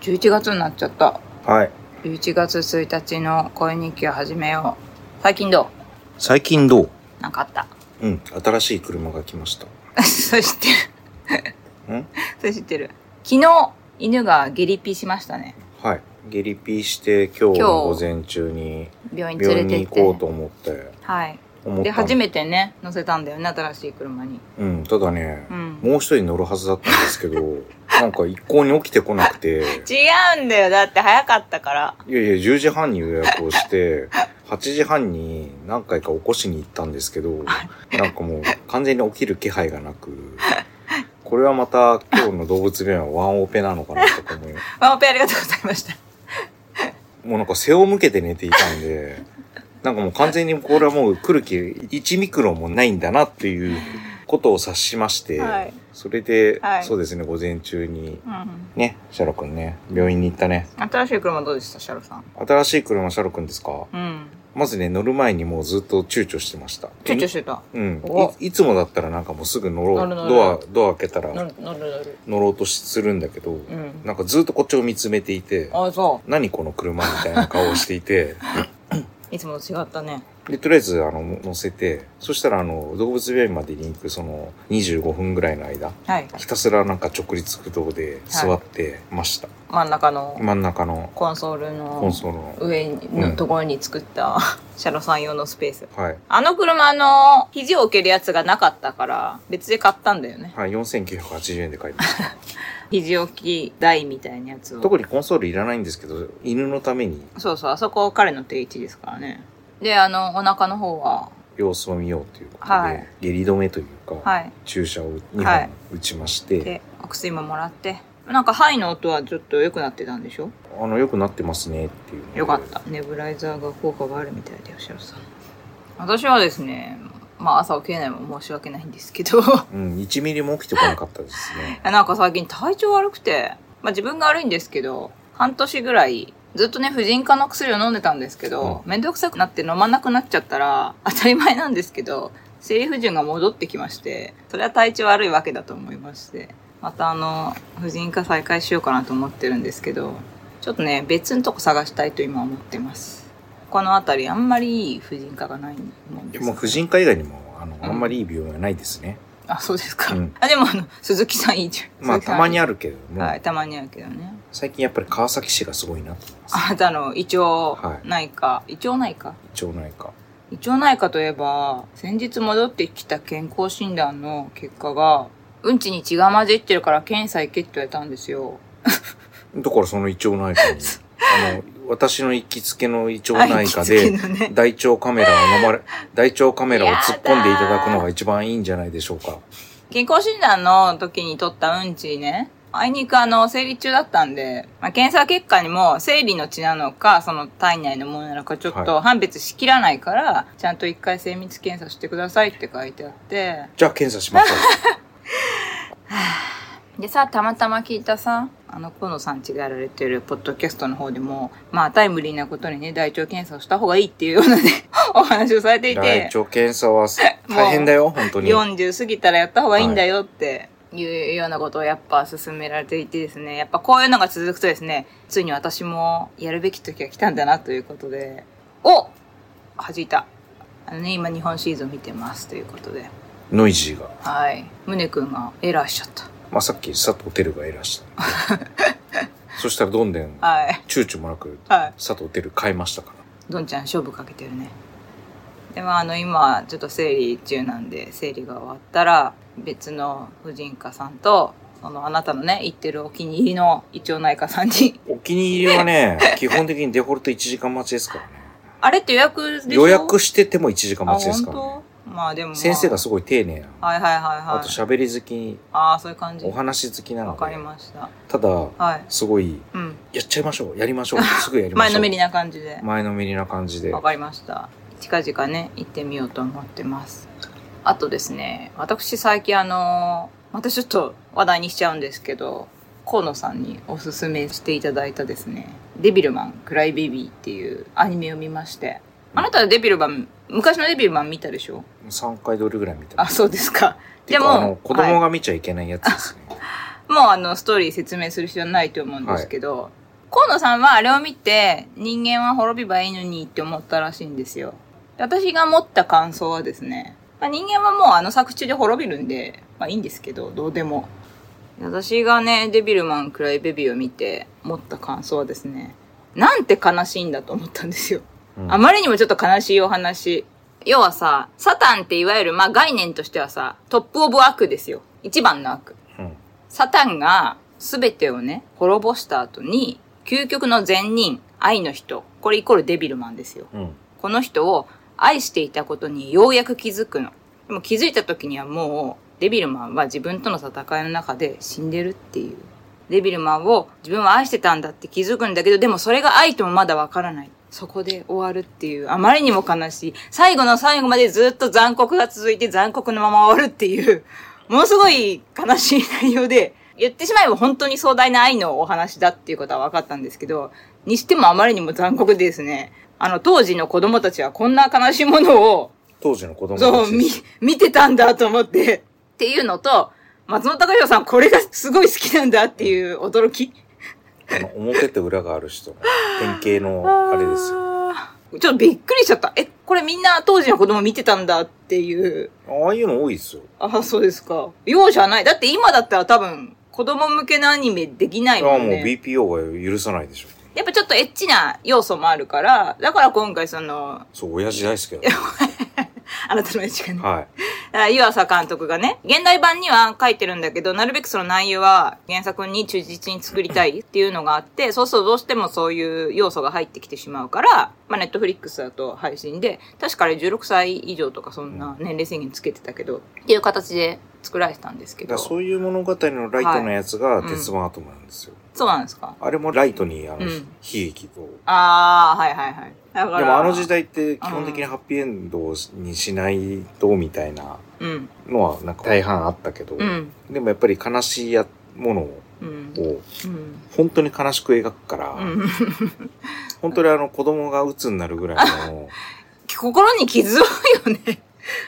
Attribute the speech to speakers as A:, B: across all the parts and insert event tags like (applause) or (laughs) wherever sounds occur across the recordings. A: 11月になっちゃった。
B: はい。
A: 11月1日の恋日記を始めよう。最近ど
B: 最近どう
A: うなんかあった。 (laughs)
B: うん、新しい車が来ました。
A: そして、
B: ん
A: (laughs) それ知ってる。昨日、犬が下痢ピしましたね。
B: はい。下痢ピーして今日
A: 今
B: の
A: 日
B: 午前中に
A: 病院連
B: 病
A: れ
B: 院
A: て
B: に
A: っ
B: 行こ
A: て
B: う。と思って、
A: はい。
B: 思った。
A: で、初めてね、乗せたんだよね、新しい車に。
B: うん、ただね、
A: うん
B: もう一人乗るはずだったんですけど、なんか一向に起きてこなくて、
A: 違うんだよ。だって早かったから。
B: いやいや、10時半に予約をして、8時半に何回か起こしに行ったんですけど、なんかもう完全に起きる気配がなく、これはまた今日の動物病院はワンオペなのかなとか思い、
A: ワンオペありがとうございました。
B: もうなんか背を向けて寝ていたんで、 (laughs) なんかもう完全にこれはもう来る気1ミクロンもないんだなっていうことを察しまして、
A: はい
B: それで、
A: はい
B: そうですね、午前中に、
A: うん。
B: ね、シャロ君ね、病院に行ったね。
A: 新しい車どうでした、シャロさん。
B: 新しい車シャロ君ですか
A: うん。
B: まずね、乗る前にもうずっと躊躇してました。
A: 躊躇してた。
B: うん
A: お
B: い。いつもだったらなんかもうすぐ乗ろ
A: 乗
B: う。
A: る乗る
B: ドア、ドア開けた
A: 乗
B: ら
A: る乗る乗る。
B: 乗ろうとしするんだけど、
A: うん。
B: なんかずっとこっちを見つめていて、
A: あ、そ
B: 何この車みたいな顔をしていて、
A: う。いつもと違ったね。
B: で、とりあえず、あの、乗せて、そしたら、あの、動物病院までに行く、その、25分ぐらいの間、
A: はい。
B: ひたすらなんか直立駆動で座ってました。
A: 真ん中の
B: 真ん中の
A: コンソール
B: コ
A: の
B: ンソールの。
A: 上のところに作った、 (laughs) シャロさん用のスペース。
B: はい。
A: あの車の肘を置けるやつがなかったから、別で買ったんだよね。
B: はい、4980円で買いました。
A: 肘置き台みたいなや (laughs) つを。
B: 特にコンソールいらないんですけど、犬のために
A: そうそう、あそこ彼の定位置ですからね。で、あの、お腹の方は、
B: 様子を見ようということで、
A: はい
B: 下痢止めというか、
A: はい。
B: 注射を2
A: は
B: 本
A: い
B: 打ちまして、
A: で、お薬ももらって。なんか、肺の音はちょっと良くなってたんでしょ
B: あの、良くなってますねっていうので。
A: よかった。ネブライザーが効果があるみたいで、吉野さん。私はですね、まあ朝起きれないも申し訳ないんですけど、。
B: うん、1ミリも起きてこなかったですね
A: (laughs) なんか最近体調悪くて、まあ自分が悪いんですけど、半年ぐらい、ずっとね、婦人科の薬を飲んでたんですけど、めんどくさくなって飲まなくなっちゃったら、当たり前なんですけど、生理不順が戻ってきまして、それは体調悪いわけだと思いまして、またあの、婦人科再開しようかなと思ってるんですけど、ちょっとね、別のとこ探したいと今思ってます。この辺りあんまりいい婦人科がないもん
B: で
A: です。
B: も、婦人科以外にも、あの、
A: ん
B: あんまりいい病院はないですね。
A: あ、そうですか。
B: うん
A: あ、でもあの、鈴木さんいいじゃん。
B: まあ、
A: 鈴木さ
B: た
A: ん
B: まにあるけれども、
A: はい、たまにあるけどね。
B: 最近やっぱり川崎市がすごいなと思います。
A: あなたの胃腸
B: はい
A: 内科、胃腸内科
B: 町内科。
A: 胃腸内科といえば、先日戻ってきた健康診断の結果が、うんちに血が混じってるから検査行けって言われたんですよ。
B: だからその胃腸内科に、あの、私の行きつけの胃腸内科
A: はい
B: で
A: 行きつけのね、
B: 大腸カメラを飲まれ、大腸カメラを突っ込んでいただくのが一番いいんじゃないでしょうか。
A: 健康診断の時に取ったうんちね、あいにくあの、生理中だったんで、まあ、検査結果にも生理の血なのか、その体内のものなのかちょっ
B: は
A: と判別しきらないから、ちゃんと一回精密検査してくださいって書いてあって、
B: じゃあ検査しましょ
A: でさ、たまたま聞いたさ、あの、河野さんちがやられてるポッドキャストの方でも、まあ、タイムリーなことにね、大腸検査をした方がいいっていうようなね、 (laughs) お話をされて
B: う。
A: い
B: 大
A: て、
B: 腸検査は大変だよ、本当に。
A: 40過ぎたらやった方がいいんだよっていうようなことをやっぱ勧められていてですね、やっぱこういうのが続くとですね、ついに私もやるべき時が来たんだなということで、お弾いた。あのね、今日本シリーズを見てますということで、
B: ノイジーが。
A: はい。宗くんがエラーしちゃっ
B: まあ、さっき佐藤輝がいらしたんで。そしたらどんどん
A: た。、はい。
B: 躊躇もなく、
A: はい。
B: 佐藤輝買いましたから。
A: どんちゃん勝負かけてるねでもあの今ちょっと生理中なんで生理が終わったら別の婦人科さんとそのあなたのね行ってるお気に入りの胃腸内科さんに (laughs)
B: お気に入りはね、基本的にデフォルト1時間待ちですからね。
A: あれって予約でしょ
B: 予約してても1時間
A: あ
B: 待ちです
A: 本
B: からね。
A: 当まあでも、まあ、
B: 先生がすごい丁寧な。
A: はいはいはい
B: あ
A: は
B: と
A: い
B: 喋り好き、
A: ああそういう感じ
B: お
A: わ
B: 話好きなの
A: かり
B: で、
A: ました
B: ただ、
A: はい
B: すごい、
A: うん
B: やっちゃいましょう、やりましょう、すぐやりま
A: 前
B: しょ
A: の
B: う。
A: めりな感じで
B: 前のめりな感じで
A: わ。かりました。近々ね、行ってみようと思ってます。あとですね、私最近あのーまたちょっと話題にしちゃうんですけど、河野さんにおすすめしていただいたですね、デビルマン、クライベビーっていうアニメを見まして、あなたはデビルマン、昔のデビルマン見たでしょ
B: 3回どれぐらい見て
A: あ、
B: ます
A: そうですか。
B: て
A: で
B: かあの
A: も、
B: 子供が見ちゃいけないやつですね。
A: もうあの、ストーリー説明する必要はないと思うんですけど、河野さんはあれを見て、人間は滅びばいいのにって思ったらしいんですよ。私が持った感想はですね、まあ、人間はもうあの作中で滅びるんで、まあいいんですけど、どうでも。私がね、デビルマンクライベビーを見て持った感想はですね、なんて悲しいんだと思ったんですよ。
B: うん
A: あまりにもちょっと悲しいお話。要はさ、サタンっていわゆる、まあ概念としてはさ、トップオブ悪ですよ。一番の悪。
B: うん
A: サタンが全てをね、滅ぼした後に、究極の善人、愛の人、これイコールデビルマンですよ。
B: うん
A: この人を愛していたことにようやく気づくの。でも気づいた時にはもう、デビルマンは自分との戦いの中で死んでるっていう。デビルマンを自分は愛してたんだって気づくんだけど、でもそれが愛ともまだわからない。そこで終わるっていう、あまりにも悲しい。最後の最後までずっと残酷が続いて残酷のまま終わるっていう、ものすごい悲しい内容で、言ってしまえば本当に壮大な愛のお話だっていうことは分かったんですけど、にしてもあまりにも残酷でですね、あの当時の子供たちはこんな悲しいものを
B: 当時の子供たち
A: そう、見、見てたんだと思って。っていうのと、松本隆弘さんこれがすごい好きなんだっていう驚き。
B: あの表と裏がある人の典型のあれですよ。
A: ちょっとびっくりしちゃった。え、これみんな当時の子供見てたんだっていう。
B: ああいうの多いですよ。
A: あ、そうですか。容赦ない。だって今だったら多分子供向けのアニメできない
B: いやも
A: も
B: うん
A: ね。
B: BPO が許さないでしょ。
A: やっぱちょっとエッチな要素もあるから、だから今回その、
B: そう、親父大好きだっ
A: あなたのエッチがね (laughs)
B: た。。はい。
A: あ湯浅監督がね、現代版には書いてるんだけど、なるべくその内容は原作に忠実に作りたいっていうのがあって、そうするとどうしてもそういう要素が入ってきてしまうから、まあネットフリックスだと配信で、確かあれ16歳以上とかそんな年齢制限つけてたけど、っていう形で作られてたんですけ
B: だか
A: ど。
B: ら
A: そ
B: そうういう物語のライトのやつが
A: はい
B: 鉄腕アトムなんですよ。
A: なんですか
B: あれもライトにあの、
A: うん
B: 悲劇を。
A: ああ、はいはいはい。だから。
B: でもあの時代って基本的にハッピーエンドにしないとみたいな
A: うん。
B: のはなんか大半あったけど、
A: うん。
B: でもやっぱり悲しいやものを
A: うん。
B: 本当に悲しく描くから、
A: うん。うん。
B: 本当にあの子供が鬱になるぐらい
A: (laughs)
B: の、
A: 心に傷を負うよね。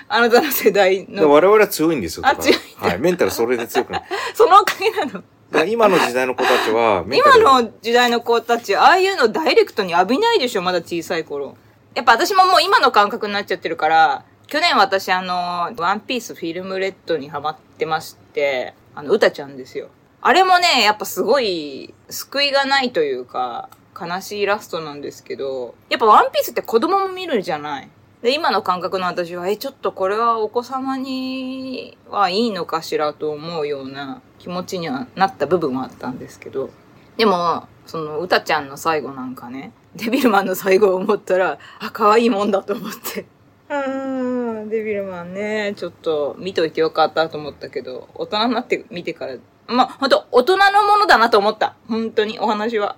A: あなたの世代
B: で
A: の。
B: 我々は強いんですよ、
A: あ
B: だか
A: 強いん
B: ら。はい。メンタルそれで強くない。
A: そのおかげなの。
B: だから今の時代の子た
A: (laughs)
B: ちは、メン
A: 今
B: タル、
A: の時代の子たち、ああいうのダイレクトに浴びないでしょ、まだ小さい頃。やっぱ私ももう今の感覚になっちゃってるから、去年私あの、ワンピースフィルムレッドにハマってまして、あの、歌ちゃんですよ。あれもね、やっぱすごい救いがないというか、悲しいラストなんですけど、やっぱワンピースって子供も見るじゃない。で、今の感覚の私は、え、ちょっとこれはお子様にはいいのかしらと思うような気持ちにはなった部分はあったんですけど、でも、その、うたちゃんの最後なんかね、デビルマンの最後を思ったら、あ、可愛いもんだと思って。うーん、デビルマンね、ちょっと見といてよかったと思ったけど、大人になって見てから、まあ、ほんと、大人のものだなと思った。本当に、お話は。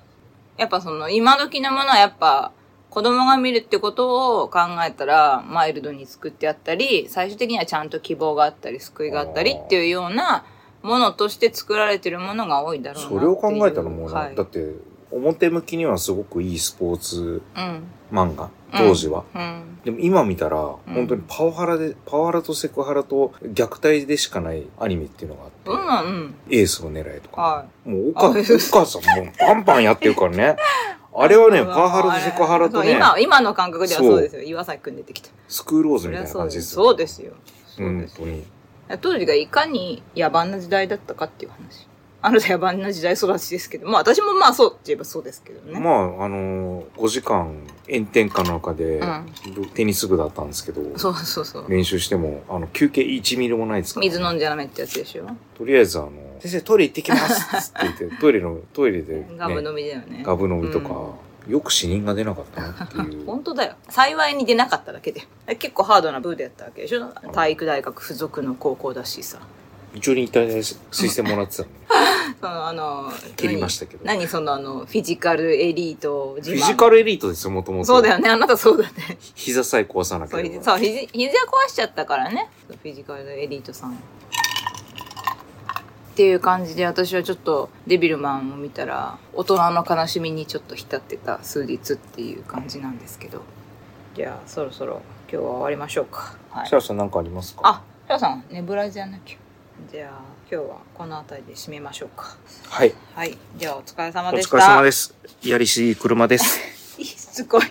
A: やっぱその、今時のものはやっぱ、子供が見るってことを考えたら、マイルドに作ってあったり、最終的にはちゃんと希望があったり、救いがあったりっていうようなものとして作られてるものが多いだろうなってい。
B: そうれを考えたらもうな、
A: はい
B: だって、表向きにはすごくいいスポーツ
A: うん。
B: 漫画、当時は。
A: うん。
B: でも今見たら、本当にパワハラで、パワハラとセクハラと虐待でしかないアニメっていうのが
A: う
B: あって、
A: ん、うん。
B: エースを狙えとか、
A: は
B: もうおか、お
A: あ
B: 母さんもうバンバンやって
A: (laughs)
B: るからね。あれはね、
A: う
B: パ
A: わ
B: ワハラとセクハラと
A: そう
B: ね、
A: 今、今の感覚ではそうですよ。岩崎くん出てきた。
B: スクールオーズ
A: そ
B: み
A: り
B: たい
A: ゃ
B: な
A: そ
B: 感
A: うで。
B: じですす。
A: そうですすよ。そうで
B: 本
A: す。
B: 当に。
A: 当時がいかに野蛮な時代だったかっていう話。あなた野蛮な時代育ちですけど、まあ私もまあそうって言えばそうですけどね。
B: まあ、あのー、5時間炎天下の中で、テニス部だったんですけど、
A: そうそうそう。
B: 練習しても、あの、休憩1ミリもないですから、
A: 水飲んじゃダメってやつでしょ。
B: とりあえず、あの、先生トイレ行ってきますって言 (laughs) って、トイレの、トイレで、ね、
A: ガブ飲みだよね。
B: ガブ飲みとか、よく死人が出なかったなっていう。
A: 本当だよ。幸いに出なかっただけで。結構ハードな部でやったわけでしょ。体育大学附属の高校だしさ。
B: 一応に体で推薦もらってたので、
A: そのあの、
B: 切りましたけど。フ
A: 何そのあの、フィジカルエリート自慢。
B: ィジカルエリートですよ、もともと。
A: そうだよね、あなたそうだね。
B: 膝さえ壊さなけ
A: そう、
B: れ
A: ひ
B: ば。
A: そうひじ膝壊しちゃったからね。フィジカルエリートさん。っていう感じで私はちょっとデビルマンを見たら大人の悲しみにちょっと浸ってた数日っていう感じなんですけどじゃあそろそろ今日は終わりましょうかはい
B: シャーシャーなんかありますか
A: あシャアさんねぶらじゃなきゃじゃあ今日はこの辺りで締めましょうか。
B: はい。
A: はい。ではお疲れ様
B: お
A: でし
B: 疲
A: た。
B: れ様です。やりしい車です。
A: (laughs) す。すごい。